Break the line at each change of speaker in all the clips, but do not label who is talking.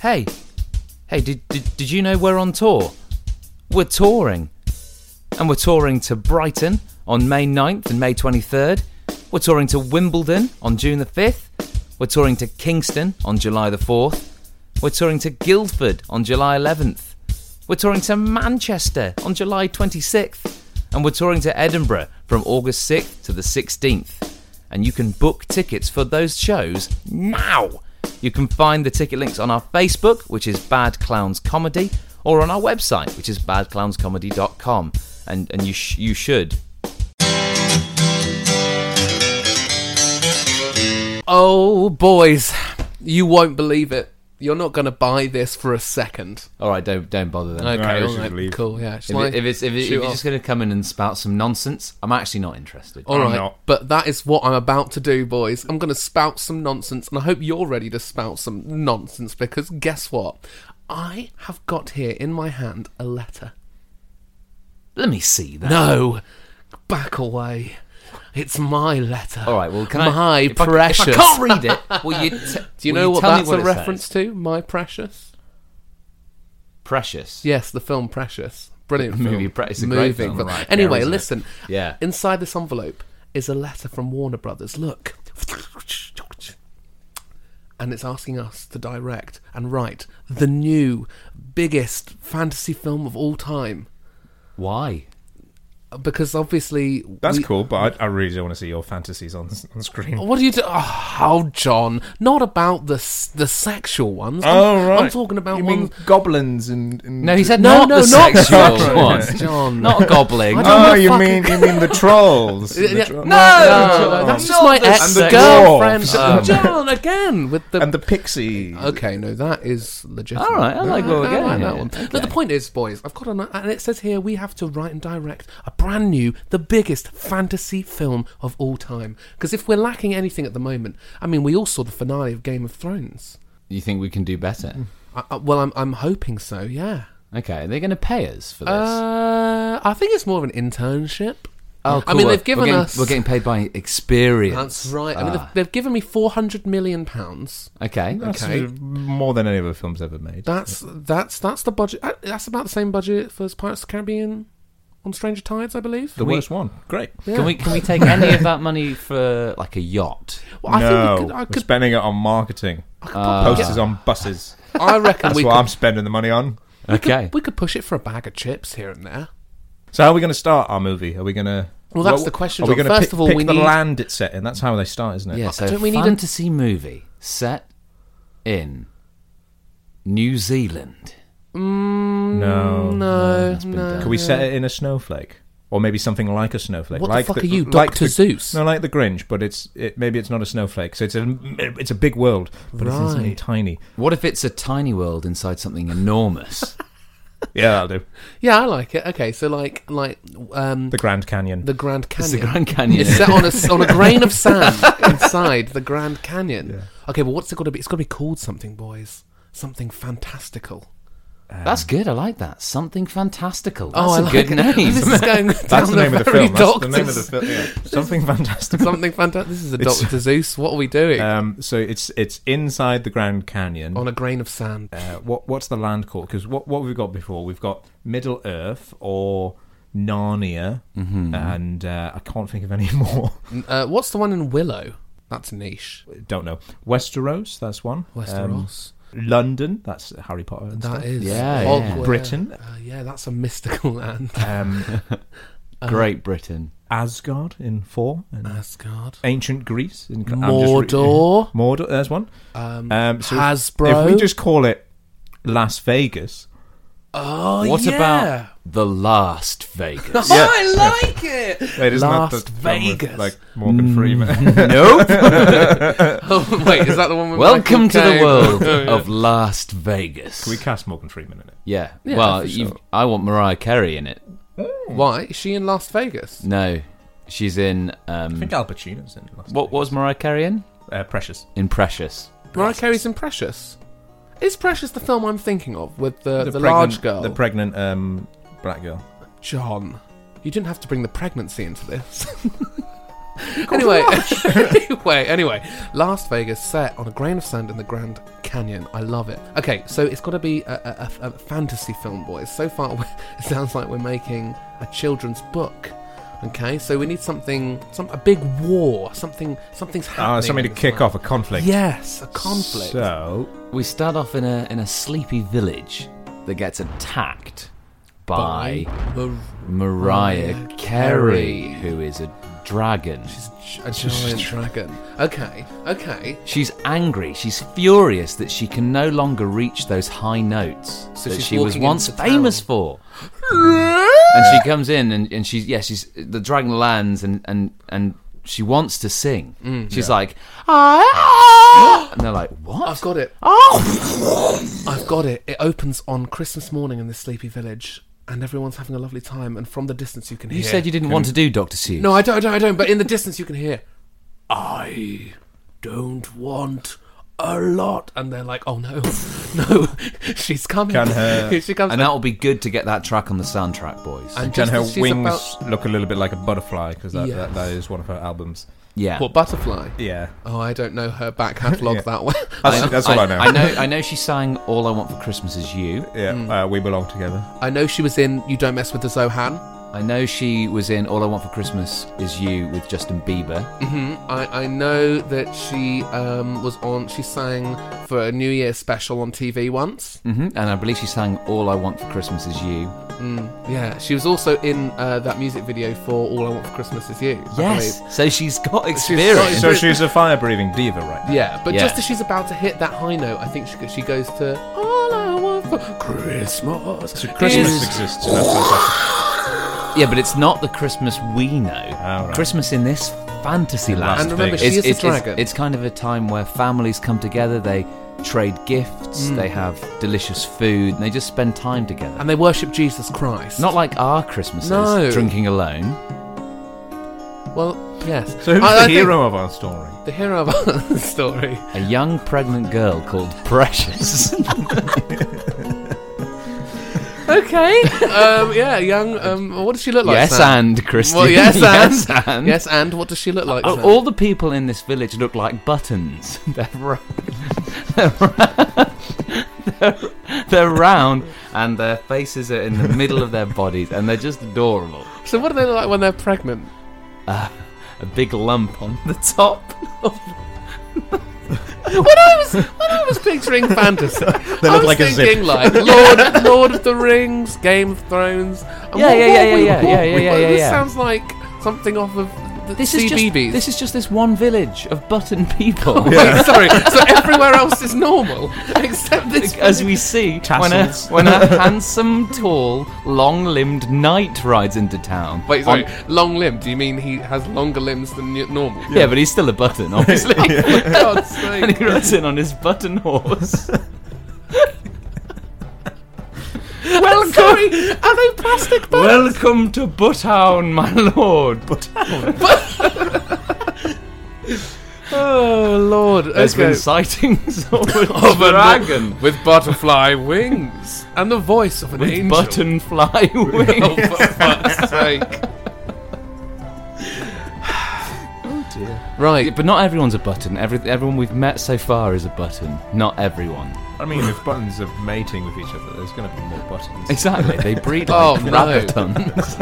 Hey, hey, did, did, did you know we're on tour? We're touring. And we're touring to Brighton on May 9th and May 23rd. We're touring to Wimbledon on June the 5th. We're touring to Kingston on July the 4th. We're touring to Guildford on July 11th. We're touring to Manchester on July 26th. And we're touring to Edinburgh from August 6th to the 16th. And you can book tickets for those shows now. You can find the ticket links on our Facebook, which is Bad Clowns Comedy, or on our website, which is badclownscomedy.com. And, and you, sh- you should.
Oh, boys, you won't believe it. You're not going to buy this for a second.
All right, don't don't bother then.
Okay,
let's
all
just
right,
leave.
cool. Yeah,
If, it- if it's if, it, if
shoot
you're
off.
just going to come in and spout some nonsense, I'm actually not interested.
all
I'm
right,
not.
but that is what I'm about to do, boys. I'm going to spout some nonsense, and I hope you're ready to spout some nonsense because guess what? I have got here in my hand a letter.
Let me see that.
No, back away. It's my letter.
All right. Well, can I?
my
if I- if
precious?
I, can't read it. Will you? T-
Do you
will
know what
tell me
that's
what
a
it says?
reference to? My precious.
Precious.
Yes, the film Precious. Brilliant film.
Movie Pre- it's a great
Moving
film, right there,
Anyway,
isn't it?
listen.
Yeah.
Inside this envelope is a letter from Warner Brothers. Look. And it's asking us to direct and write the new, biggest fantasy film of all time.
Why?
Because obviously.
That's
we-
cool, but I, I really don't want to see your fantasies on on screen.
What do you do? Oh, how John? Not about the s- the sexual ones. I'm-
oh right,
I'm talking about
you
ones.
mean goblins and, and
No, he said
No,
not
no,
the
not the
sexual
sexual
one.
ones, John.
Not a goblin.
I don't-
Oh,
I'm
you
fucking-
mean you mean the trolls?
Yeah,
The
yeah.
tro-
No,
no,
that's
no.
just my
Not the
ex
sex-
girlfriend.
dwarfs.
John again with the.
and the pixie.
okay, no, that is legitimate.
All right, I like where we're
I
going
like that
here.
one. But the point is, boys, I've got an and it says here we have to write and direct a brand new, the biggest fantasy film of all time. Because if we're lacking anything at the moment, I mean, we all saw the finale of Game of Thrones.
You think we can do better?
I, I, well, I'm I'm hoping so. Yeah.
Okay, they're going to pay us for this.
Uh, I think it's more of an internship.
oh, cool.
I mean,
We're-
they've given
we're getting,
us.
We're getting paid by experience.
That's right. I mean,
Ah,
they've, they've given me four hundred million pounds.
okay.
That's
Okay.
more than any other film's ever made.
That's that's that's the budget. uh, That's about the same budget for Pirates of the Caribbean on Stranger Tides, I believe.
the
we-
worst one. Great.
Yeah.
Can we can we take any of that money for like a yacht?
Well, I
no,
think we could, I
we're
could.
spending it on marketing.
Uh,
Posters on buses.
I reckon
That's
we
what
could,
I'm spending the money on.
Okay.
we could push it for a bag of chips here and there.
So how are we going to start our movie? Are we going to?
Well, that's the question,
Are we
John.
going to
First
pick,
of all,
pick
we
the
need-
land it's set in? That's how they start, isn't it?
Yeah, so
Don't we need a-
fantasy movie set in New Zealand.
No.
Mm, No, no.
Can we set it in a snowflake, or maybe something like a snowflake?
Uh, What the
like
fuck are you,
like
Dr.
the-
Zeus?
No, like the Grinch, but it's it, maybe it's not a snowflake. So it's a it's a big world, but it's in something
Right.
tiny.
What if it's a tiny world inside something enormous?
Yeah, that'll do.
Yeah, I like it. Okay, so like like um
The
the,
Grand Canyon.
Grand Canyon.
it's the Grand Canyon.
It's set on a s- on a grain of sand inside the Grand Canyon. Okay, well, what's it got to be? It's got to be called something, boys. Something fantastical.
That's good. I like that. Something fantastical. That's
Oh, I
a
like
good
it.
name.
This is going down
That's the name of the
very
film. That's the name of the
doctor's-
film. Yeah. Something fantastic.
Something fantastic. This is a
It's-
Doctor Zeus. What are we doing?
Um, so it's it's inside the Grand Canyon.
on a grain of sand.
Uh, what what's the land called? Because what what we've got before, we've got Middle Earth or Narnia,
Mm-hmm.
and uh, I can't think of any more.
Uh, what's the one in Willow? That's niche.
Don't know. Westeros, that's one. Um,
Westeros.
London, that's Harry Potter. And
that
stuff.
is.
Yeah, yeah.
Hogwarts.
Britain.
Uh, yeah, that's a mystical land.
Um,
Great Britain.
Asgard in four. And
Asgard.
ancient Greece in I'm just re-
Uh, Mordor.
Mordor, there's one.
Um,
Um, so if-
Hasbro.
If we just call it Las Vegas,
oh,
What
yeah.
about the last Vegas?
Yeah.
I like it.
Wait, isn't
Las
that the one with,
Vegas. Mm.
like Morgan Freeman.
nope.
Oh, wait, is that the one? With
Welcome to
Michael
the
Caine?
world of Last Vegas.
we cast Morgan Freeman in it.
yeah.
Yeah,
Well,
for
you
sure.
I want Mariah Carey in it.
Why is she in Las Vegas?
No, she's in.
I
Um,
Mm.
think Al Pacino's in it. Las
what what was Mariah Carey in?
Vegas. Uh, Precious.
In Precious.
Mariah Carey's in Precious. Is Precious the film I'm thinking of with the the,
pregnant,
large girl?
The pregnant um, black girl.
John, you didn't have to bring the pregnancy into this. anyway, anyway, anyway, Las Vegas set on a grain of sand in the Grand Canyon. I love it. Okay, so it's got to be a, a, a, a fantasy film, boys. So far, we- it sounds like we're making a children's book. Okay, so we need something, some a big war, something, something's happening.
Oh, something to
in this
kick
land.
off a conflict.
Yes, a conflict.
So,
We start off in a in a sleepy village that gets attacked by,
Mar-
Mariah,
Mariah
Carey,
Carey.
who is a dragon.
a giant dragon. Okay, okay.
She's angry. She's furious that she can no longer reach those high notes
So
that
she's
she was
walking
once
into
famous
town.
for. and she comes in and, and she's yeah she's the dragon lands and and and she wants to sing.
Mm,
she's like ah, and they're like what?
I've got it.
Oh,
I've got it. It opens on Christmas morning in this sleepy village, and everyone's having a lovely time. And from the distance, you can
you
hear.
said you didn't want to do Doctor Seuss.
No, I don't, I don't, I don't. But in the distance, you can hear. I don't want a lot, and they're like, "Oh no, no, she's coming."
Can her-
she comes.
and that will be good to get that track on the soundtrack, boys.
And
can
just
her
as she's
wings
about-
look a little bit like a butterfly? Because that,
Yes.
that, that is one of her albums.
yeah,
What butterfly?
Yeah.
Oh, I don't know her back catalogue
Yeah.
that well.
That's, that's all I, know.
I know. I know she sang "All I Want for Christmas Is You."
Yeah, uh, we belong together.
I know she was in "You Don't Mess with the Zohan."
I know she was in "All I Want for Christmas Is You" with Justin Bieber.
hmm I, I know that she um, was on. She sang for a New Year special on TV once.
hmm And I believe she sang "All I Want for Christmas Is You."
Mm, yeah, she was also in uh, that music video for "All I Want for Christmas Is You." I
Yes, so she's got
got-
experience.
So she's a fire breathing diva right
believe. Yeah, but
Yeah.
just as she's about to hit that high note, I think she go- she goes to "All I Want for Christmas."
now. Christmas
is-"
exists. so that's fantastic.
Yeah, but it's not the Christmas we know.
right.
Christmas in this fantasy land.
And remember,
Vegas.
she
It's,
is a
it's, it's,
dragon.
it's kind of a time where families come together, they trade gifts, they have delicious food, and they just spend time together.
Mm. and they worship Jesus Christ.
Not like our Christmases,
No.
drinking alone.
well, yes.
So who's
I- I
the
think
hero of our story?
The hero of our story.
A young pregnant girl called Precious.
Okay. um, yeah, young. Um, what does she look like?
yes,
Sam?
and Christine.
Well, yes,
yes,
and.
and.
Yes, and what does she look like?
All,
Sam?
Oh, all the people in this village look like buttons. They're, ro- they're, they're round and their faces are in the middle of their bodies and they're just adorable.
So what do they look like when they're pregnant?
A big lump on the top.
I was picturing fantasy.
They
I
look
was
like a zip.
thinking like Lord, Lord of the Rings, Game of Thrones. And
Yeah,
what-
yeah,
what
yeah, yeah,
we-
yeah,
what
yeah, yeah,
we-
yeah, yeah,
This
yeah.
sounds like something off of the
This is, just,
CBBS.
this is just this one village of button people.
Wait, sorry. So everywhere else is normal except this.
As we see, when a,
Tassels.
when a handsome, tall, long limbed knight rides into town.
Wait,
on-
sorry. Long limb. Do you mean he has longer limbs than y- normal?
Um, yeah. but he's still a button, obviously.
For God's
and
sake.
he rides in on his button horse.
Well, sorry. Are they plastic? Bo-
Welcome to Buttown, my lord.
oh Lord.
There's
okay.
been sightings of a
Of a
dragon
with butterfly wings and the voice of an
with
angel.
buttonfly
Oh,
wings.
for fuck's sake. Right.
But not everyone's a button. Every, everyone we've met so far is a button. Not everyone.
I mean, if buttons are mating with each other, there's going to be more buttons.
Exactly. They breed
Oh,
like
no.
rabbitons.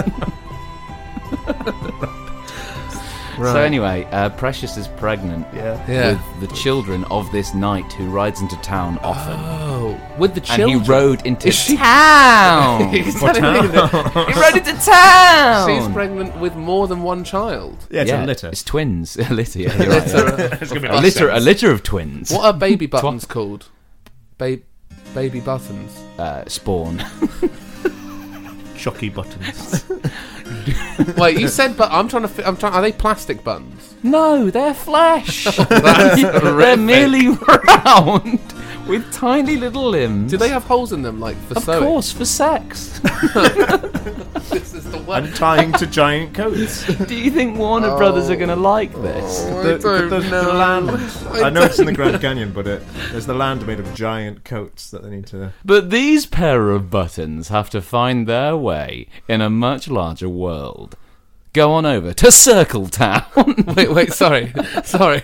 right.
So anyway, uh, Precious is pregnant
Yeah.
Yeah.
with the children of this knight who rides into town often.
Oh, with the
and
children.
he rode into
Is she-
town. he
Is that anything?
rode into town.
She's pregnant with more than one child.
Yeah, it's
Yeah,
a litter.
It's twins. a litter. yeah, you're right, yeah. A
Of
litter. A
buttons.
litter of twins.
What are baby buttons called? Ba- baby buttons.
Uh, spawn.
Chucky buttons.
Wait, you said but I'm trying to. Fi- I'm trying. Are they plastic buttons?
No, they're flesh. they're merely round with tiny little limbs.
Do they have holes in them, like for
Of
sewing?
course, for sex.
This is the one.
and tying to giant coats.
Do you think Warner Brothers are going to like this?
Oh, I
The- the-
don't
the- the
know.
land-
I
I know it's in the Grand Canyon, but it, there's the land made of giant coats that they need to.
But these pair of buttons have to find their way in a much larger world. go on over to Circle Town.
wait, wait, sorry, sorry.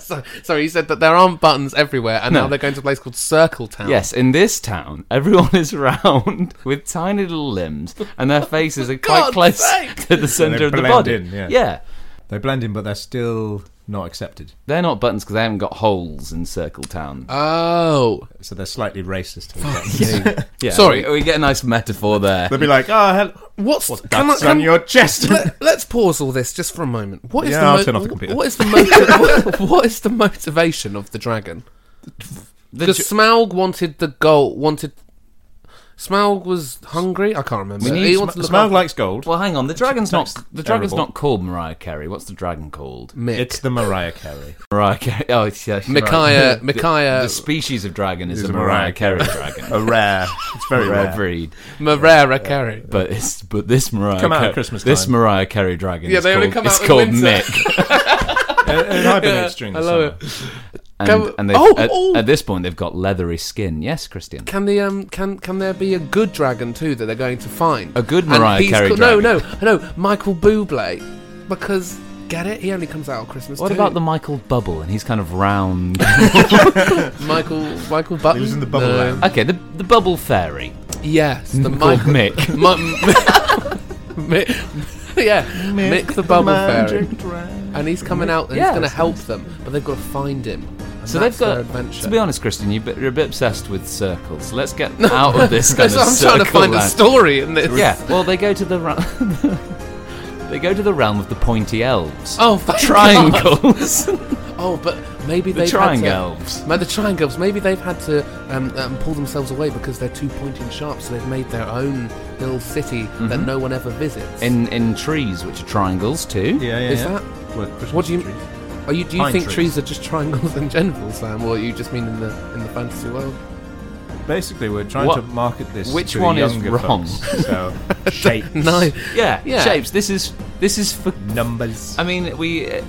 sorry. Sorry, you said that there aren't buttons everywhere, and now they're going to a place called Circle Town.
yes, in this town, everyone is round with tiny little limbs, and their faces are quite
God's
close
sake!
to the centre
they
of the
blend
body.
in, yeah.
yeah,
They blend in, but they're still not accepted.
they're not buttons because they haven't got holes in Circle Town.
Oh,
So they're slightly racist.
yeah,
sorry.
we, we get a nice metaphor there.
They'll be like, oh, hell,
what's
what's
can I-
that's
can-
on your chest?
Let, let's pause all this just for a moment. What is
Yeah,
the,
I'll
mo-
turn off the computer.
What is the motiv- what is the motivation of the dragon?
The
Because
dr-
Smaug wanted the gold. Wanted Smaug was hungry. I can't remember.
We need
he
Sma-
wants to look
Smug
after-
likes gold.
well, hang on. The dragon's not.
That's
The dragon's
terrible.
not called Mariah Carey. What's the dragon called?
Mick.
It's the Mariah Carey.
Mariah Carey. Oh, it's, yeah, she's right.
Micaiah. uh, Micaiah.
The species of dragon is
It's
a
a
Mariah
Mariah
Carey dragon.
A rare. It's very
rare
rare.
breed.
Marrera Carey.
But it's but this Mariah
Come out
Carey,
at Christmas
this
time.
Mariah Carey dragon.
Yeah,
is
they only
called,
come
It's
out in
called
winter.
Mick,
It hibernates during the
I love
summer.
it.
and,
Go-
and they've-
Oh,
at,
oh!
at this point they've got leathery skin. Yes, Christian.
Can the um can can there be a good dragon too that they're going to find?
A good
And
Mariah
he's
Carey
co-
dragon.
No, no, no. Michael Bublé, because get it, he only comes out on Christmas.
What
too.
about the Michael Bubble? And he's kind of round.
Michael Michael Button?
He was in the bubble
No.
land.
okay, the the Bubble Fairy
Yes, the
called
Michael.
Mick.
Mi- Mi- yeah, Mick, the Bubble Fairy, and he's coming out and
Yeah,
he's going
that's
to help them, but they've got to find him. And
So
that's
they've got.
their adventure.
To be honest, Christian, you, you're a bit obsessed with circles. So let's get out of this kind
So
of
I'm trying to
circle
find a
land.
story in this.
Yeah. Well, they go to the ra- they go to the realm of the pointy elves.
Oh, thank God.
Triangles.
Oh, but maybe
the
they've
triangle
had to-
elves.
Ma- The triangles. Maybe they've had to um, um, pull themselves away because they're too pointy and sharp, so they've made their own little city that no one ever visits.
Mm-hmm. In in trees, which are triangles too.
Yeah, yeah.
Is
yeah.
that-
Well, Christmas
What do you-
trees.
Are you? Do you
Pine
think
trees.
trees are just triangles in general, Sam, or you just mean in the in the fantasy world?
Basically, we're trying
What-
to market this.
which
to the
one is
younger
wrong?
folks. So shapes,
No.
Yeah.
Yeah.
Shapes. This is this is for.
numbers.
I mean, we. Uh,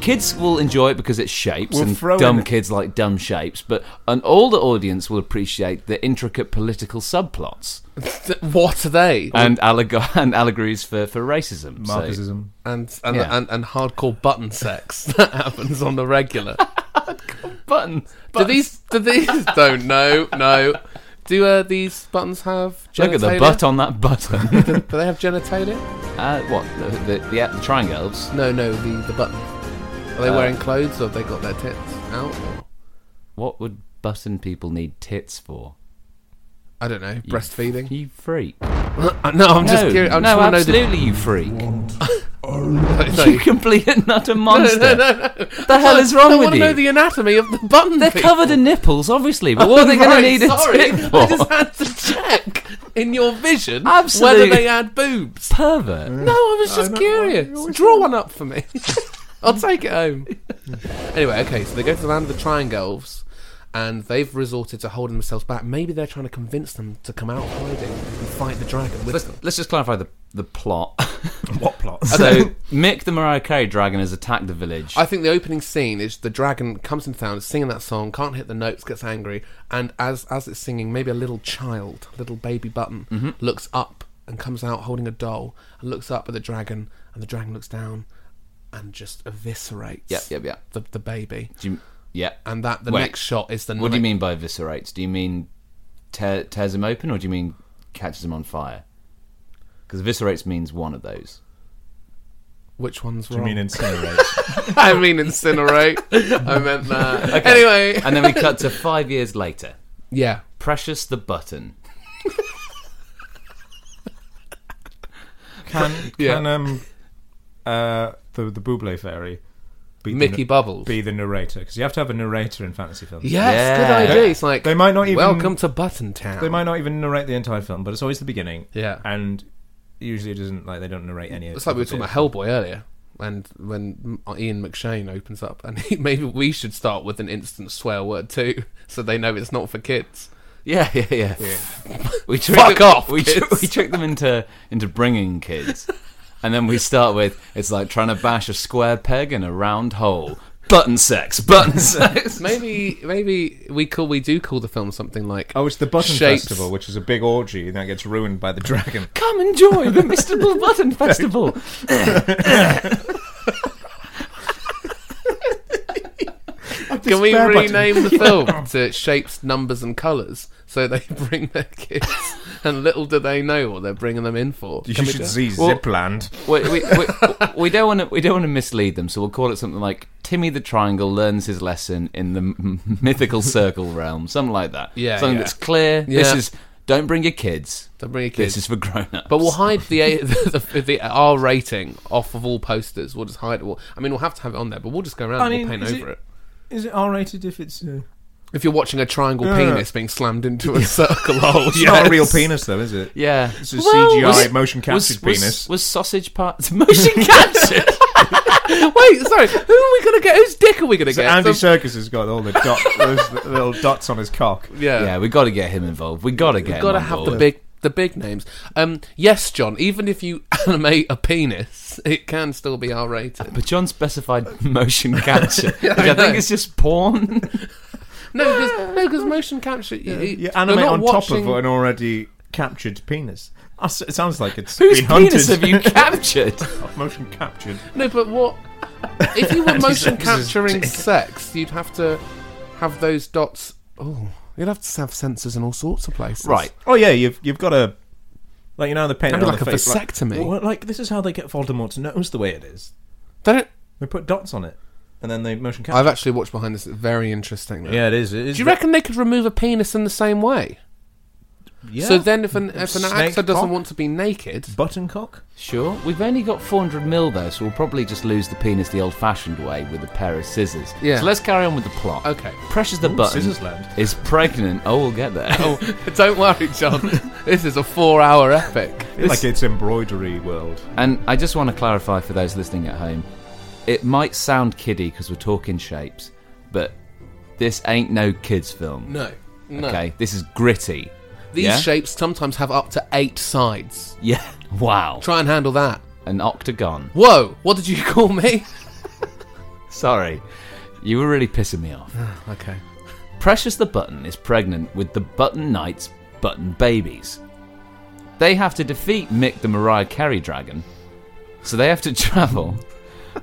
Kids will enjoy it because it's shapes,
We'll throw
and
in
dumb
it.
kids like dumb shapes. But an older audience will appreciate the intricate political subplots
Th- What are they?
and, alleg- and allegories for, for racism. So-
Marxism.
and and,
Yeah.
and and hardcore button sex that happens on the regular.
buttons.
do these? Do these? Don't know. No. Do uh, these buttons have? Genitalia?
Look at the butt on that button.
Do, do they have genitalia?
uh, what? The, the, uh, the, the triangle elves?
No, no. The the button. Are they
Uh,
wearing clothes or have they got their tits out? Or?
What would button people need tits for?
I don't know.
You-
Breastfeeding. Uh,
You freak.
no, I'm just
no,
curious. I
no,
just want to know
absolutely, you freak.
the.
You complete and utter monster.
No, no, no, no.
The hell is wrong
I
with
want to know
you?
the anatomy of the button.
They're
people.
covered in nipples, obviously. But what are they going
Right,
to need
sorry.
a tit
I
for?
just had to check in your vision
Absolute-
whether they had boobs.
Pervert.
No, I was just curious. Draw one up for me. I'll take it home. anyway, okay, so they go to the land of the triangles, and they've resorted to holding themselves back. Maybe they're trying to convince them to come out of hiding and fight the dragon with
Let's,
them.
let's just clarify the the plot.
What plots?
so Mick the Mariah Carey dragon has attacked the village.
I think the opening scene is the dragon comes into town, is singing that song, can't hit the notes, gets angry, and as as it's singing, maybe a little child, little baby button,
Mm-hmm.
looks up and comes out holding a doll and looks up at the dragon, and the dragon looks down and just eviscerates
Yep, yep, yep.
The, the baby.
Do you, yeah.
And that the
Wait.
next shot is the.
What do you mean by eviscerates? Do you mean tear, tears him open, or do you mean catches him on fire? Because eviscerates means one of those.
Which one's
I
wrong?
mean, incinerate.
I mean incinerate. I meant that. Anyway,
And then we cut to five years later.
yeah.
Precious the button.
can
Yeah.
can um uh the the Buble fairy be
Mickey
the,
Bubbles.
be the narrator because you have to have a narrator in fantasy films.
yes,
Yeah.
good idea. It's like
They might not even
welcome to Button Town.
They might not even narrate the entire film, but it's always the beginning.
Yeah.
and usually it doesn't like they don't narrate any. of
It's like we were
of
talking
it.
about Hellboy earlier, and when M- Ian McShane opens up, and he, maybe we should start with an instant swear word too, so they know it's not for kids.
Yeah, yeah, yeah. We trick
Fuck
them,
off,
We, tr-
kids.
we trick them into into bringing kids, and then we start with it's like trying to bash a square peg in a round hole. Button sex. Button sex.
Maybe maybe we call we do call the film something like
Oh, it's the Button
Shapes.
Festival, which is a big orgy, and that gets ruined by the dragon.
Come enjoy the Mr. Bull Button Festival.
Can we
Spare button.
rename the film to Shapes, Numbers and Colours so they bring their kids and little do they know what they're bringing them in for?
You
Can we
should
do-
see
Well-
Zipland.
we, we, we, we don't want to we don't want to mislead them, so we'll call it something like Timmy the Triangle learns his lesson in the m- mythical circle realm, something like that.
Yeah,
something
yeah.
that's clear. This
Yeah.
is don't bring your kids.
Don't bring your kids.
This is for grown-ups.
But we'll hide the, A- the, the, the R rating off of all posters. We'll just hide it. all. I mean, we'll have to have it on there, but we'll just go around
I
and
mean,
we'll
is
paint over
it-
it.
Is it R-rated if it's? Uh...
If you're watching a triangle
No, no, no.
penis being slammed into a circle oh, hole,
It's not a real
yes.
penis though, is it?
yeah,
It's a
Well,
CGI
was-
motion
was,
captured
was-
penis.
was sausage part motion captured.
Wait, sorry. Who are we gonna get? Whose dick are we gonna
So
get?
Andy
Some-
Circus has got all the dot, those little dots on his cock.
yeah.
yeah, we got to get him involved. We got to get.
You've got to
him on
have the
board.
big the big names. Um, yes, John. Even if you animate a penis, it can still be R rated.
But John specified motion capture, which
I
I think
know.
is just porn.
No, because no, because motion capture. You, you-
You
you're
animate
not
on
watching,
top of an already captured penis. That's- It sounds like it's
Whose
been hunted.
penis have you captured?
motion captured.
No, but what if you were motion
Andy Serkis'
capturing
dick.
sex? You'd have to have those dots. Oh, you'd have to have sensors in all sorts of places.
right.
Oh yeah, you've you've got a like you know the paint
That'd be
on
like
the
a
face,
vasectomy.
Like, well, like this is how they get Voldemort's nose the way it is.
They don't.
They put dots on it, and then they motion capture.
I've actually watched behind this. It's very interesting. Though.
yeah, it is. It is
Do you reckon they could remove a penis in the same way?
Yeah.
So then, if an if an
Snake
actor doesn't
cock?
want to be naked,
button cock.
Sure. We've only got 400 mil though, so we'll probably just lose the penis the old-fashioned way with a pair of scissors.
Yeah.
So let's carry on with the plot.
okay.
Presses the
Ooh,
button.
scissors land.
Is pregnant. Oh, we'll get there.
Oh, don't worry, John. This is a four-hour epic.
Like it's embroidery world.
And I just want to clarify for those listening at home, it might sound kiddie because we're talking shapes, but this ain't no kids film.
No, no.
Okay. This is gritty.
These
yeah?
shapes sometimes have up to eight sides.
Yeah. Wow.
Try and handle that.
An octagon.
Whoa! What did you call me?
Sorry. You were really pissing me off.
Okay.
Precious the Button is pregnant with the Button Knight's Button Babies. They have to defeat Mick the Mariah Carey Dragon, so they have to travel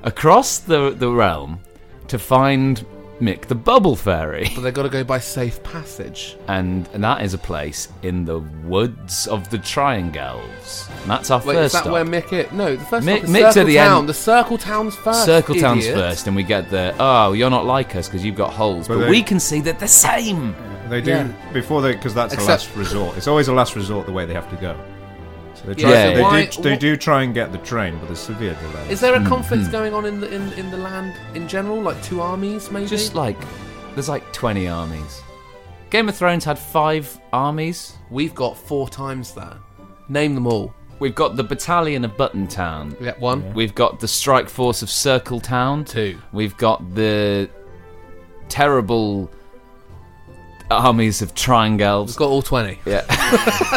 across the, the realm to find Mick the Bubble Fairy.
But they got to go by safe passage.
And, and that is a place in the woods of the Triangles. And that's our
Wait,
first
is that
stop.
where Mick it? No, the first
Mick-
stop is
Mick's at
Circle
the
Town.
end.
The Circle Town's first.
Circle Town's
idiot.
first, and we get the, oh, you're not like us because you've got holes. But,
But they-
we can see that they're same.
They do
Yeah.
before they because that's the
Except-
last resort. It's always a last resort the way they have to go. So they
Yeah,
try.
so
they,
why-
do, they
what-
do try and get the train, but there's severe delay.
Is there a conflict
hmm.
going on in the in, in the land in general? Like two armies, maybe?
Just like there's like 20 armies. Game of Thrones had five armies.
We've got four times that. Name them all.
We've got the battalion of Button Town.
We got one.
We've got the strike force of Circle Town.
Two.
We've got the terrible armies of
We've
Triangles.
got all 20.
Yeah.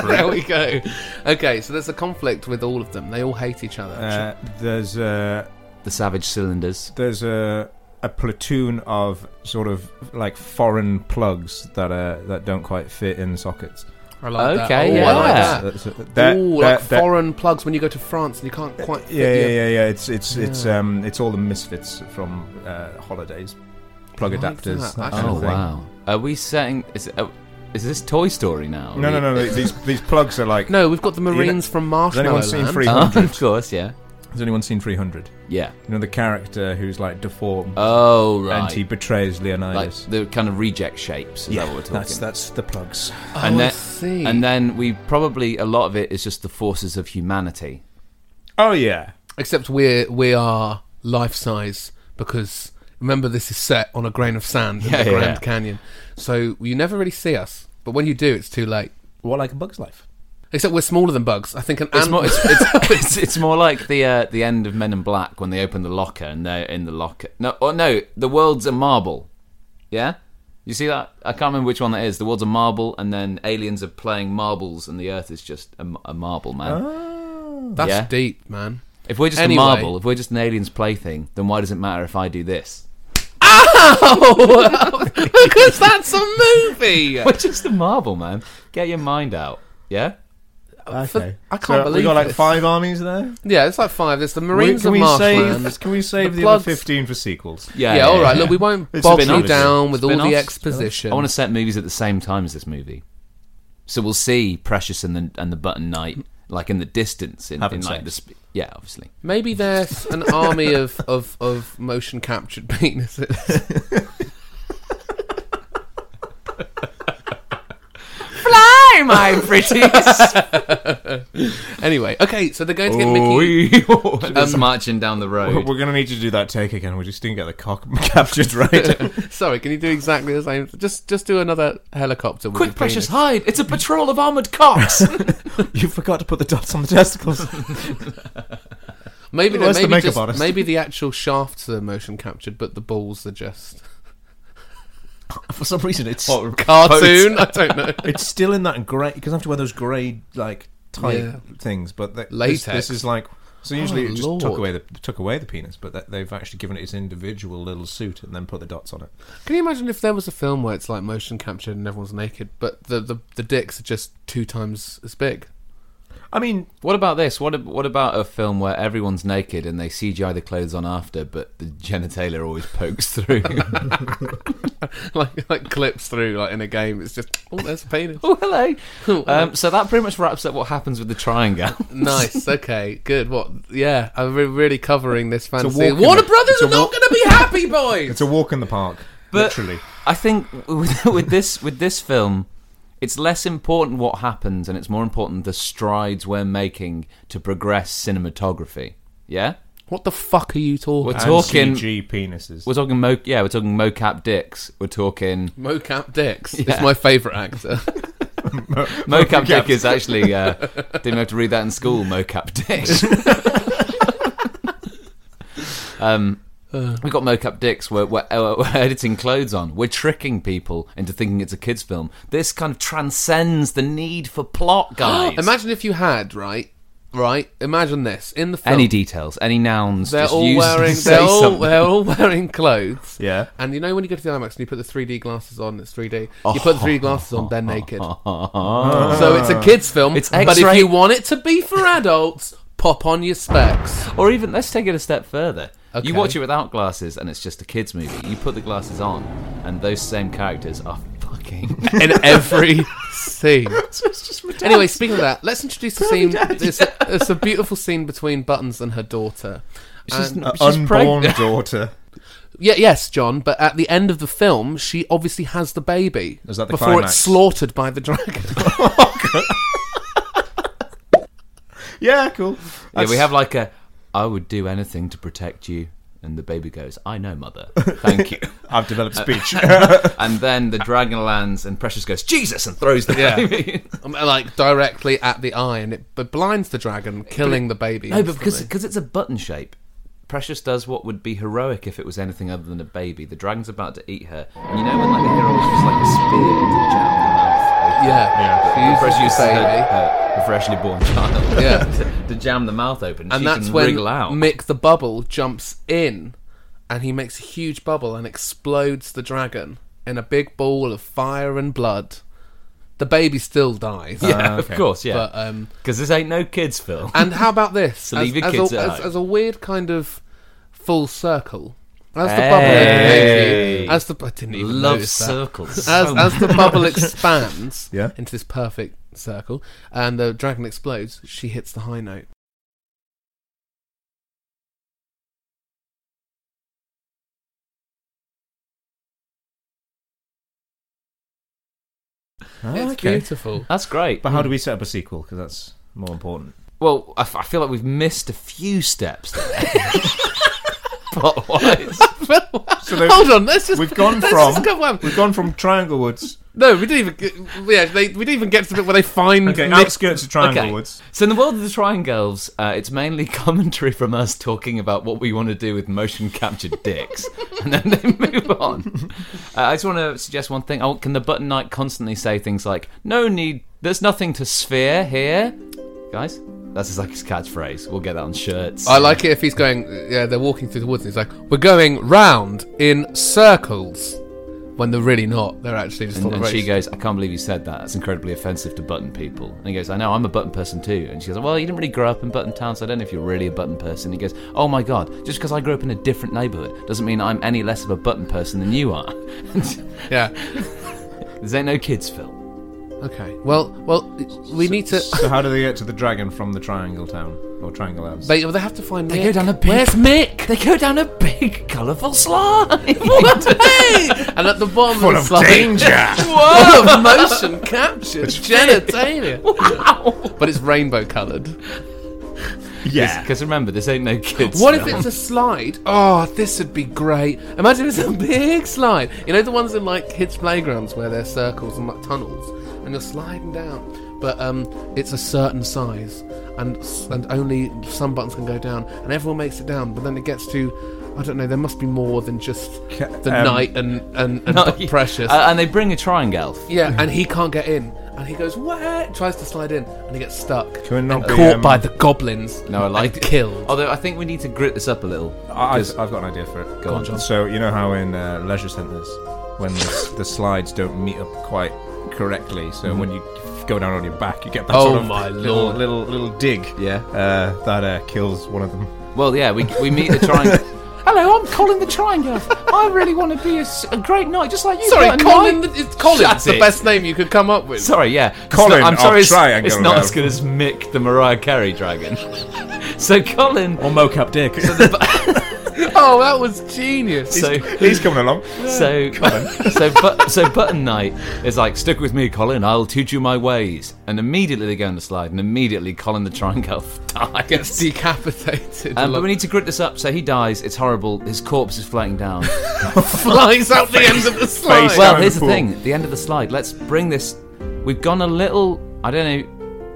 there we go. Okay, so there's a conflict with all of them. They all hate each other.
Uh, there's uh, a
the Savage Cylinders.
there's a a platoon of sort of like foreign plugs that are that don't quite fit in sockets.
I like
okay,
that.
yeah.
Oh, I like that.
That's- that's- they're-
Ooh,
they're-
like
they're-
foreign plugs when you go to France and you can't quite fit
Yeah, yeah,
your-
yeah, yeah. It's it's it's um it's all the misfits from uh, holidays, plug
Like
adapters.
that.
that
I
sort
Oh
of thing.
wow. Are we setting? Is uh, is this Toy Story now?
No, no, no, no. These these plugs are like.
No, we've got the
know-
Marines from
Has
Marshmallow
anyone seen
Land.
Free
Oh,
Hundred?
of course, yeah,
Has anyone seen Three Hundred?
yeah.
You know the character who's like deformed
Oh
and he
right.
betrays
Like
Leonidas.
the kind of reject shapes. Is that what we're talking?
that's that's the plugs.
Oh,
and
I
then-
see.
And then we probably a lot of it is just the forces of humanity.
Oh yeah,
Except we're we are life size because remember this is set on a grain of sand in
Yeah,
the
yeah,
Grand
yeah.
Canyon, so you never really see us. But when you do, it's too late.
what like a Bug's Life?
Except we're smaller than bugs. I think an
It's
ant-
more, it's, it's, it's, it's more like the uh, the end of Men in Black when they open the locker and they're in the locker. No, or no, the world's a marble. Yeah, you see that? I can't remember which one that is. The world's a marble, and then aliens are playing marbles, and the Earth is just a, m- a marble,
Oh.
man.
That's
yeah.
deep, man.
If we're just
Anyway.
a marble, if we're just an alien's plaything, then why does it matter if I do this?
Wow! because that's a movie.
Which is the marble, man. Get your mind out. Yeah?
Okay. I can't
So we
believe
got like
this.
five armies there.
Yeah, it's like five. There's the
We-
Marines
can,
of
we
Marshland.
save, can we save the,
Bloods-
other fifteen for sequels?
yeah, all right. Look, we won't
It's
bog
a
you
spin-off.
down with all the
Spin-offs.
exposition.
I want to set movies at the same time as this movie. So we'll see Precious and the, and the Button Knight, like in the distance. In, in
Having
like the
sex.
sp- Yeah, obviously.
Maybe there's an army of, of, of motion captured penises.
Fly, my pretties!
anyway, okay, so they're going to get Mickey.
Just marching down the
We're
road.
going to need to do that take again. We just didn't get the cock captured right.
Sorry, can you do exactly the same? Just just do another helicopter. With
Quick,
your
Precious,
penis.
hide! It's a patrol of armoured cocks!
you forgot to put the dots on the testicles.
Maybe
Where's the
maybe
makeup
just-
artist?
maybe the actual shafts are motion captured, but the balls are just
for some reason, it's
cartoon. I don't know.
it's still in that grey because I have to wear those grey like tight
Yeah.
things. But th-
Latex.
This, this is like so.
Oh,
Usually, it just
Lord.
took away the took away the penis, but th- they've actually given it its individual little suit and then put the dots on it.
Can you imagine if there was a film where it's like motion captured and everyone's naked, but the, the, the dicks are just two times as big?
I mean,
What about this? What ab- what about a film where everyone's naked and they CGI the clothes on after, but the genitalia always pokes through?
like like clips through like in a game. It's just oh, there's a penis.
oh, hello. Um, so that pretty much wraps up what happens with the triangle.
nice. Okay. Good. What? Yeah. I'm re- really covering this fantasy.
walk in
Warner
the-
Brothers
it's a
are not
walk-
going to be happy, boys.
it's a walk in the park,
But-
literally.
I think with, with this with this film, it's less important what happens, and it's more important the strides we're making to progress cinematography. Yeah,
What the fuck are you talking?
We're talking-
and CG penises.
we're talking mo. Yeah, we're talking mocap dicks. We're talking
Mocap Dix
Yeah.
is my favourite actor.
mocap dick is actually uh, didn't have to read that in school. Mocap dick. um, we've got mocap dicks. We're, we're, uh, we're editing clothes on. We're tricking people into thinking it's a kids' film. This kind of transcends the need for plot, guys.
Imagine if you had right, right. Imagine this in the film.
any details, any nouns.
they're
just
all
use
wearing.
say
They're all,
something.
they're all wearing clothes.
yeah.
And you know when you go to the IMAX and you put the 3D glasses on, it's 3D. You put the 3D glasses on, they're naked. so it's a kids' film.
It's
but if
X-ray.
you want it to be for adults, pop on your specs.
Or even let's take it a step further.
Okay.
You watch it without glasses, and it's just a kids' movie. You put the glasses on, and those same characters are fucking.
In every scene. Anyway, speaking of that, let's introduce the scene. It's a, it's a beautiful scene between Buttons and her daughter.
She's,
And-
A
she's
unborn
pregnant.
daughter.
yeah, yes, John. But at the end of the film, she obviously has the baby
Is that the
before
climax?
it's slaughtered by the dragon.
Yeah, cool.
Yeah,
That's-
we have like a. I would do anything to protect you, and the baby goes, "I know, mother. Thank you."
I've developed speech. Oh,
and then the dragon lands, and Precious goes, "Jesus!" and throws the
Yeah.
baby.
Um, like directly at the eye, and it b- blinds the dragon, killing the baby.
No, but because
instantly.
because it's a button shape. Precious does what would be heroic if it was anything other than a baby. The dragon's about to eat her, and you know when like a hero is just like a spear to jab the mouth. open?
yeah,
But
she
Precious uses
uses the
her,
baby,
her, her freshly born child
Yeah.
to, to jam the mouth open,
and
she
that's
can
when
wriggle out.
Mick the Bubble jumps in, and he makes a huge bubble and explodes the dragon in a big ball of fire and blood. The baby still dies.
yeah,
Ah, okay.
of course, yeah,
But um,
because this ain't no kids' film.
and how about this?
So leave your kids
a,
at
as,
home.
as a weird kind of full circle. As the
Hey.
bubble, as the I didn't even
Love
notice that.
circles.
as,
so
as the bubble expands
Yeah.
into this perfect circle and the dragon explodes, she hits the high note.
Oh,
It's beautiful.
that's great.
But how do we set up a sequel? Because that's more important.
Well, I, f- I feel like we've missed a few steps there. Plot-wise.
So they-
Hold on, let's just
We've gone
let's
from-
just go, um,
We've gone from Triangle Woods.
no, we didn't even get, yeah, they, we didn't even get to the bit where they find
Okay,
Nick-
outskirts of Triangle
Okay.
Woods.
So in the world of the triangles, uh, it's mainly commentary from us talking about what we want to do with motion captured dicks, and then they move on. Uh, I just want to suggest one thing. Oh, can the button knight constantly say things like, "No need, there's nothing to sphere here, guys." That's his, like his catchphrase. We'll get that on shirts.
I like it if he's going, yeah, they're walking through the woods and he's like, we're going round in circles. When they're really not. They're actually just on
and,
a
and
race.
she goes, I can't believe you said that. That's incredibly offensive to button people. And he goes, I know, I'm a button person too. And she goes, Well, you didn't really grow up in button town, so I don't know if you're really a button person. He goes, Oh my god, just because I grew up in a different neighbourhood doesn't mean I'm any less of a button person than you are.
yeah.
this ain't no kids' film.
Okay. Well, well, we need to.
so how do they get to the dragon from the Triangle Town or Triangle House?
They, they have to find
They
Mick.
go down a big-
Where's Mick?
They go down a big, colourful slide.
and at the bottom
Full
of the
of
slide,
danger.
full of motion capture genitalia. But it's rainbow coloured.
yeah.
Because remember, this ain't no kids'
What if
film.
it's a slide? Oh, this would be great. Imagine it's a big slide. You know the ones in like kids' playgrounds where there's circles and like tunnels, and you're sliding down. But um, it's a certain size, and s- and only some buttons can go down, and everyone makes it down. But then it gets to, I don't know. There must be more than just
Ca-
the
um,
knight and and, and
No,
Dr. precious.
Uh, and they bring a triangle elf.
yeah, and he can't get in, and he goes where? Tries to slide in, and he gets stuck.
Can we not
and
be,
caught
um,
by the goblins.
No, I
and
like it.
killed.
Although I think we need to grit this up a little.
I, I've, I've got an idea for it.
Go on, John.
So you know how in uh, leisure centres, when the, s- the slides don't meet up quite correctly, so
Mm-hmm.
when you go down on your back, you get that
Oh
sort of
my
little,
lord.
little little dig.
Yeah.
Uh, that uh, kills one of them.
Well, yeah, we, we meet the triangle. Hello, I'm Colin the Triangle. I really want to be a, s- a great knight, just like you.
Sorry,
What a
Colin.
knight.
the- It's Colin.
Shut
It's the
it.
best name you could come up with.
Sorry, yeah. It's
Colin
not- I'm
of
sorry, it's,
Triangle
it's not
Road.
as good as Mick the Mariah Carey dragon. so Colin,
Or mocap dick.
Oh, that was genius.
so
He's coming along.
so so but, so Button Knight is like, stick with me, Colin. I'll teach you my ways. And immediately they go on the slide, and immediately Colin the Triangle dies.
Gets decapitated.
Um, but
Look,
we need to grit this up. So he dies. It's horrible. His corpse is floating down.
flies out the end of the slide.
face
well,
down in
here's
the
the,
pool.
thing. The end of the slide. Let's bring this. We've gone a little. I don't know.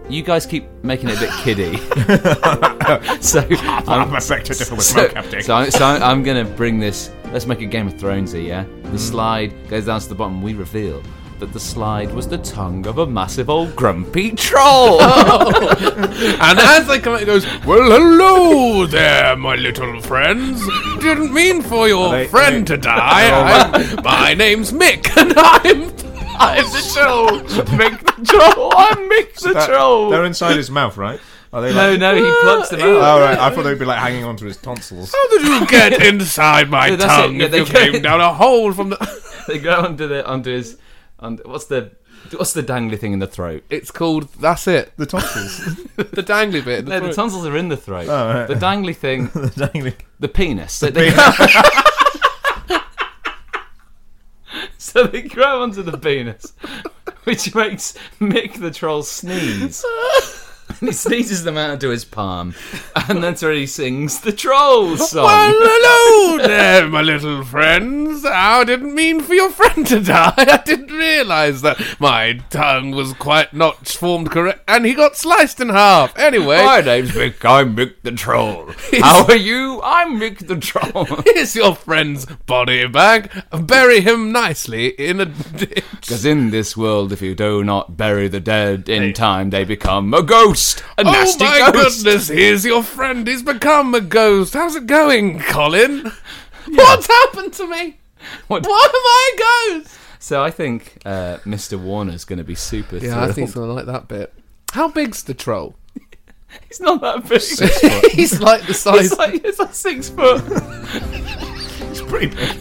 You guys keep making it a bit kiddie. so,
I'm
um,
a sector different with
so,
mocap dick.
so I'm, so I'm, I'm gonna bring this. Let's make a Game of Thrones here. Yeah, the slide goes down to the bottom. We reveal that the slide was the tongue of a massive old grumpy troll. Oh,
and as they come out, it goes, Well, hello there, my little friends. Didn't mean for your
They-
friend
they-
to die. I'm- my name's Mick, and I'm. I'm the troll. Mick the troll. I'm Mick the
That- They're inside his mouth, right? Are they
no,
like,
no, Oh, he plugs them
Oh,
out.
right. I thought they'd be like hanging onto his tonsils.
How did you get inside my
No, that's it.
tongue
Yeah,
if
they
you
go-
came down a hole from the.
They go under the under his. Under, what's the what's the dangly thing in the throat?
It's called. That's it.
The tonsils.
The dangly bit.
No, the
throat.
tonsils are in the throat.
Oh, right.
The dangly thing,
the dangling.
the penis. So they, so they grab onto the penis, which makes Mick the troll sneeze. And he sneezes them out into his palm, and that's where he sings the troll
Well,
song.
hello there, my little friends. I didn't mean for your friend to die. I didn't realise that my tongue was quite not formed correct, and he got sliced in half. Anyway,
name's Mick. I'm Mick the troll. How are you? I'm Mick the troll.
here's your friend's body bag. Bury him nicely in a ditch.
Because in this world, if you do not bury the dead in time, they become a ghost, a
Oh
nasty
my
ghost.
goodness, here's your friend. He's become a ghost. How's it going, Colin? What's happened to me?
What-
Why am I a ghost?
So I think uh, Mr. Warner's going to be super
Yeah,
thrilled.
I think he's gonna like that bit. How big's the troll?
He's not that big.
he's like the size.
It's like, it's like six foot.
It's pretty big.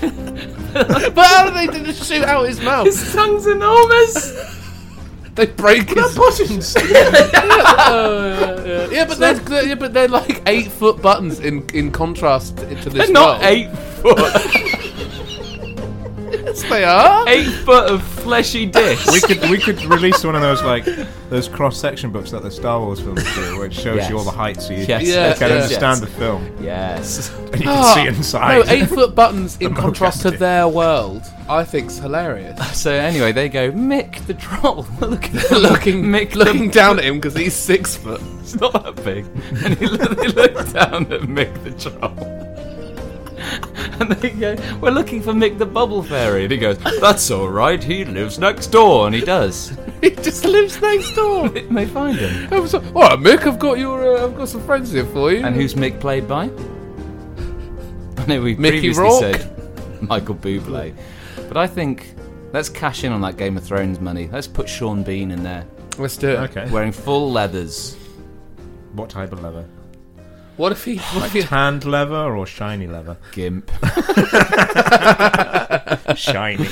But how do they do the shoot out his mouth?
His tongue's enormous.
They break his buttons. yeah, yeah, but they're, yeah, but they're like eight foot buttons in in contrast to this.
They're not
troll.
eight foot.
Yes, they are.
Eight foot of fleshy discs.
We could we could release one of those like those cross section books that the Star Wars films do, which shows
Yes.
you all the heights so you
Yes,
Yeah,
can
yeah.
understand the film
Yes.
and you can
Ah,
see
No,
inside.
eight foot buttons in contrast to
mocap.
their world. I think's hilarious.
So anyway, they go Mick the troll. Look at that.
looking,
Mick the-
looking down at him because he's six foot.
It's not that big. And he look, they look down at Mick the troll. And they go, We're looking for Mick the Bubble Fairy. And he goes, That's alright, he lives next door. And he does.
he just lives next door.
And they find him.
I was like, all right, Mick, I've got your, uh, I've got some friends here for you.
And who's Mick played by? I know we
Mickey
previously
Rourke.
said Michael Bublé, but I think let's cash in on that Game of Thrones money. Let's put Sean Bean in there,
Let's do it.
Okay.
wearing full leathers.
What type of leather?
What if he? What if he
Tanned leather or shiny leather?
Gimp.
Shiny.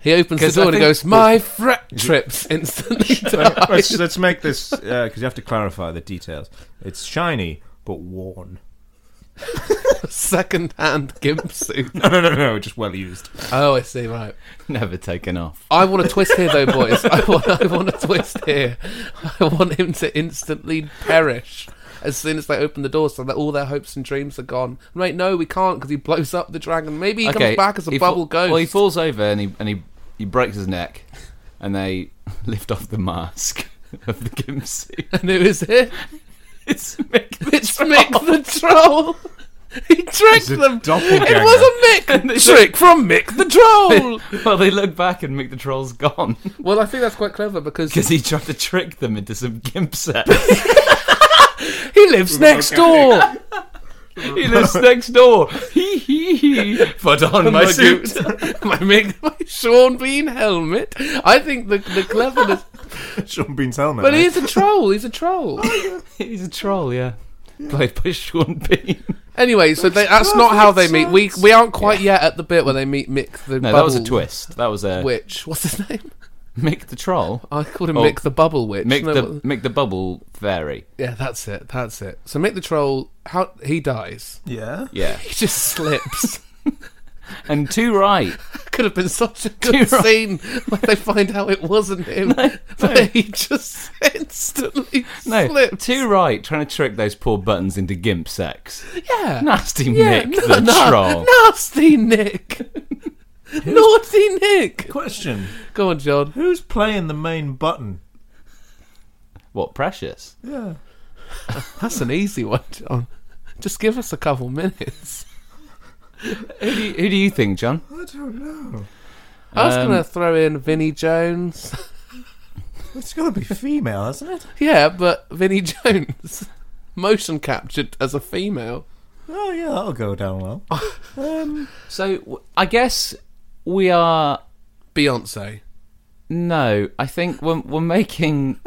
He opens the
'Cause I
door and he
think
goes, "My frat trips instantly."
let's,
dies."
let's make this because you have to clarify the details. It's shiny but worn.
Second-hand gimp suit.
No, no, no, no. Just well used.
Oh, I see. Right.
Never taken off.
I want a twist here, though, boys. I want, I want a twist here. I want him to instantly perish as soon as they open the door, so that all their hopes and dreams are gone. Wait, no, we can't because he blows up the dragon. Maybe he comes back as a
he
bubble
fa-
ghost.
Well, he falls over and he and he, he breaks his neck, and they lift off the mask of the gimp suit.
and who is it?
It's Mick.
It's Mick the troll. He tricked
It's a
them.
doppelganger.
It was a Mick trick from Mick the troll.
well, they look back and Mick the troll's gone
well, I think that's quite clever because
because he tried to trick them into some gimp set.
He lives next door.
he lives next door. Hee hee hee. Put on my suit.
my make my Sean Bean helmet. I think the the cleverness.
Sean Bean's helmet.
But
eh?
he's a troll. He's a troll.
He's a troll, yeah. Played by Sean Bean.
Anyway, so they, that's not how they meet. We we aren't quite yet at the bit where they meet Mick the
No,
bubble
that was a twist. That was a
witch. What's his name?
Mick the troll.
I called him
Oh.
Mick the bubble witch.
Mick
No,
the
what-
Mick the bubble fairy.
yeah, that's it. That's it. So Mick the troll. How he dies.
yeah.
Yeah.
He just slips.
And two right.
Could have been such a good
right.
scene when they find out it wasn't him, but he just instantly
No,
slips.
two right, trying to trick those poor buttons into gimp sex.
Yeah.
Nasty
Yeah,
Mick
no,
the
no,
troll.
Nasty Nick. Naughty Nick.
Question:
Go on, John.
Who's playing the main button?
What precious?
Yeah.
That's an easy one, John. Just give us a couple minutes.
Who do you, who do you think, John?
I don't know.
I was
Um,
going to throw in Vinnie Jones.
It's got to be female, isn't it?
yeah, but Vinnie Jones. Motion captured as a female.
Oh yeah, that'll go down well. Um,
So w- I guess we are
Beyonce.
No, I think we're, we're making.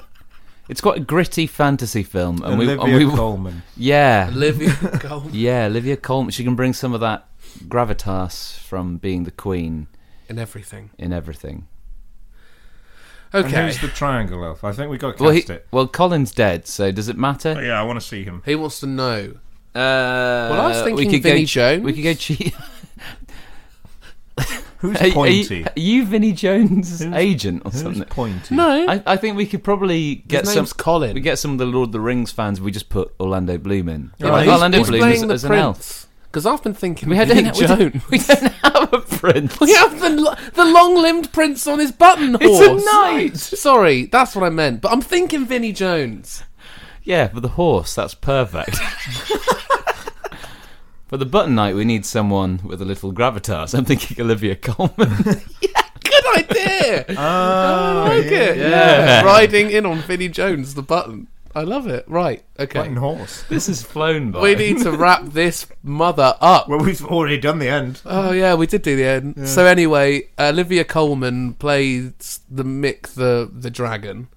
It's quite a gritty fantasy film, and we,
Olivia
and we
Coleman.
yeah,
Olivia Gold.
yeah, Olivia Colman. She can bring some of that gravitas from being the queen
And everything.
in everything.
And
Okay.
who's the triangle elf? I think we got to cast
Well, he,
it.
well, Colin's dead, so does it
Oh,
matter?
yeah, I want to see him.
He wants to know.
Uh, well,
I was thinking
we could
Vinnie
go,
Jones.
We could go cheat.
Who's
Are, are
pointy?
you, are you Vinnie Jones'
Who's-
agent or
Who's
something?
pointy?
No.
I, I think we could probably get
His
some.
name's Colin.
We get some of the Lord of the Rings fans. We just put Orlando Bloom in.
Yeah,
Like,
he's-
Orlando
he's
Bloom is,
playing the
as an elf.
Because I've been thinking
We had
Vinnie
we don't,
Jones.
we don't have a prince.
We have the lo- the long-limbed prince on his button horse.
It's a knight.
Sorry, that's what I meant. But I'm thinking Vinnie Jones.
Yeah, for the horse, that's perfect. For the button knight, we need someone with a little gravitas. I'm thinking Olivia Colman.
Good idea.
Ah,
I Oh, like
yeah.
it.
Oh, yeah.
Riding in on Vinnie Jones, the button. I love it. Right. Okay.
Button horse.
This is flown by.
We need to wrap this mother up.
Well, we've already done the end.
Oh yeah, we did do the end. So anyway, Olivia Coleman plays the Mick the the dragon.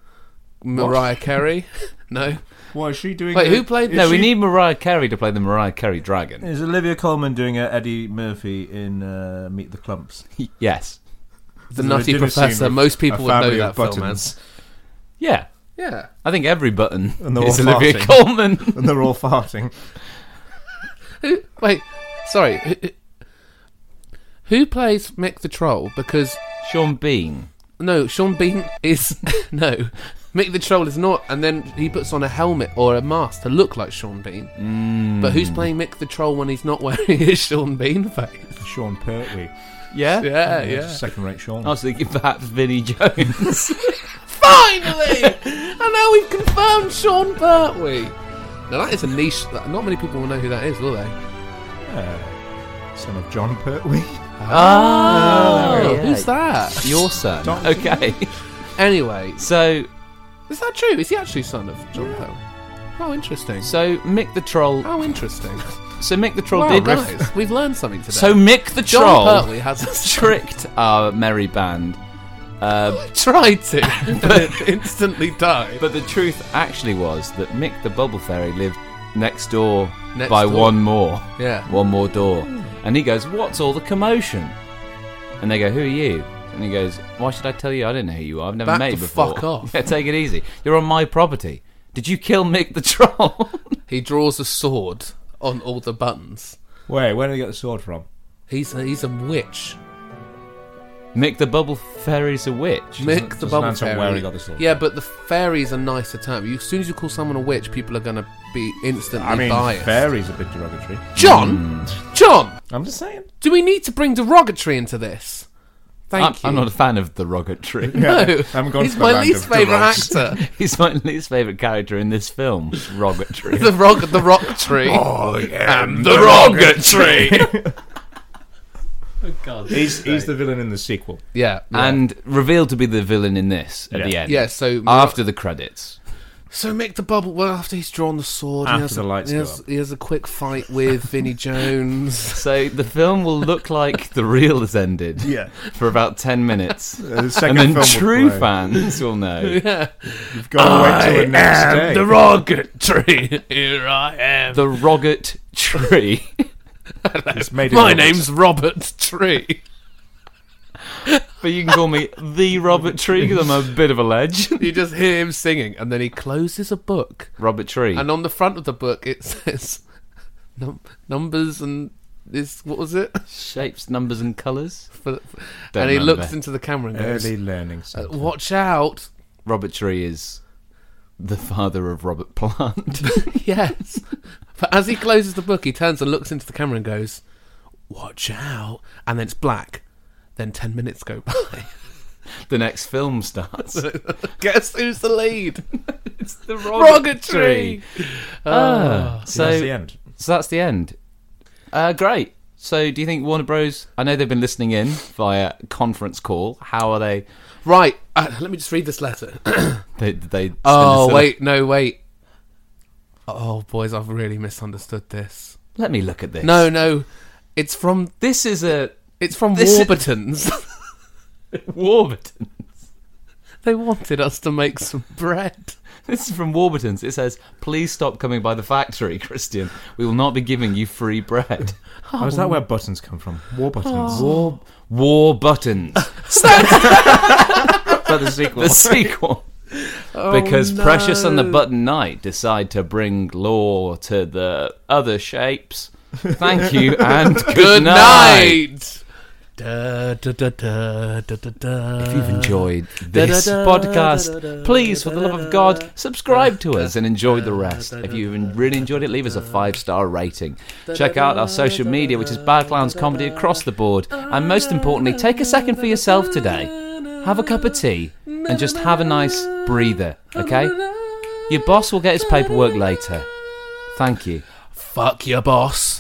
Mariah Carey. No.
Why is she doing?
Wait,
a-
who played-
is
no, we
she-
need Mariah Carey to play the Mariah Carey dragon.
Is Olivia Coleman doing a Eddie Murphy in uh, Meet the Clumps?
yes.
The
There's a
Nutty
dinner scene
Professor.
with
Most people
a
would know
family
that
of
film as.
buttons,
Yeah.
Yeah.
I think every button
And they're
is
all
Olivia
farting.
Colman.
and they're all farting.
Who, wait, sorry. Who, who plays Mick the Troll? Because
Sean Bean.
no, Sean Bean is no. Mick the Troll is not, and then he puts on a helmet or a mask to look like Sean Bean.
Mm.
But who's playing Mick the Troll when he's not wearing his Sean Bean face?
Sean Pertwee.
Yeah?
Yeah,
Yeah,
yeah.
Second-rate Sean.
I was thinking perhaps Vinnie Jones.
Finally, and now we've confirmed Sean Pertwee. Now that is a niche. That not many people will know who that is, will they?
Yeah. Uh, Son of John Pertwee.
Ah,
who's that?
Your son.
Don't-
Okay.
Anyway,
So,
is that true? Is he actually son of John Powell? How interesting.
so Mick the troll.
How interesting.
So Mick the troll
Wow,
did. ref-
guys, we've learned something today.
so Mick the
John
troll
Pertwee has a
tricked our merry band. Uh,
tried to, but it instantly died.
But the truth actually was that Mick the Bubble Fairy lived next door
Next
by
door.
one more,
yeah. Hmm.
one more door. And he goes, "What's all the commotion?" And they go, "Who are you?" And he goes, "Why should I tell you? I don't know who you are. I've never
Back
met
the
you before.
fuck off.
Yeah, take it easy. You're on my property. Did you kill Mick the troll?"
He draws a sword on all the buttons.
Wait, where did he get the sword from?
He's a, he's a witch.
Mick the Bubble Fairy's a witch.
Mick the
doesn't
bubble
answer
fairy.
where he got the sword.
Yeah, but the fairy's a nicer term. You, as soon as you call someone a witch, people are going to be instantly
I mean, Hmm.
biased.
fairy's a bit derogatory.
John, John,
I'm just saying.
do we need to bring derogatory into this? Thank
I'm,
you.
I'm not a fan of the Rogatory.
No,
I'm going
he's
to the
my
land
least
of
favorite
derogs.
actor.
He's my least favourite character in this film, Rogatory.
the rock, the rock tree.
Oh yeah,
the Rogatory.
he's he's the villain in the sequel.
yeah, yeah.
and revealed to be the villain in this at
Yeah.
the end.
Yeah, so-
after the credits,
So Mick the Bubble, well, after he's drawn the sword, he
After
has,
the
a,
lights
he,
go
has,
up.
he has a quick fight with Vinnie Jones.
so the film will look like the reel has ended.
Yeah.
for about ten minutes,
The
and
second
then
film will
true
play.
fans will know.
yeah.
You've got to wait till the next day.
rocket tree. Here I am.
The Rogot Tree.
It's made in
My
August.
name's Robert Tree.
but you can call me the Robert Tree because I'm a bit of a ledge.
You just hear him singing, and then he closes a book,
Robert Tree.
and on the front of the book it says num- numbers and this. What was it?
Shapes, numbers, and colours.
For,
Don't
and he
remember.
looks into the camera and goes,
early learning.
"Uh,
syndrome.
"Watch out!"
Robert Tree is the father of Robert Plant.
yes. But as he closes the book, he turns and looks into the camera and goes, "Watch out!" And then it's black. Then ten minutes go by.
the next film starts.
Guess who's the lead?
it's the
Rocket Tree.
Ah, so
that's the end.
So that's the end. Uh, great. So, do you think Warner Bros? I know they've been listening in via conference call. How are they?
Right. Uh, let me just read this letter.
They, they send us
oh
a-
wait, no wait. Oh boys, I've really misunderstood this.
Let me look at this.
No, no, it's from
this is a
it's from
This is-
Warburton's.
Warburton.
they wanted us to make some bread.
This is from Warburton's. It says, "Please stop coming by the factory, Christian. We will not be giving you free bread."
Oh, is that where buttons come from? War buttons.
War War buttons.
Is that the sequel?
The sequel. because
Oh, no.
Precious and the Button Knight decide to bring law to the other shapes. Thank you and good,
Good
night.
night. Da, da, da, da, da, da, da.
If you've enjoyed this
da, da, da, da,
podcast,
da,
please, for the love of God, subscribe to us and enjoy the rest.
da,
If
da,
you've really enjoyed it, leave us a five star rating. Check out our social media, which is Bad Clowns Comedy across the board. And most importantly, take a second for yourself today. Have a cup of tea and just have a nice breather, okay? Your boss will get his paperwork later. Thank you.
Fuck your boss.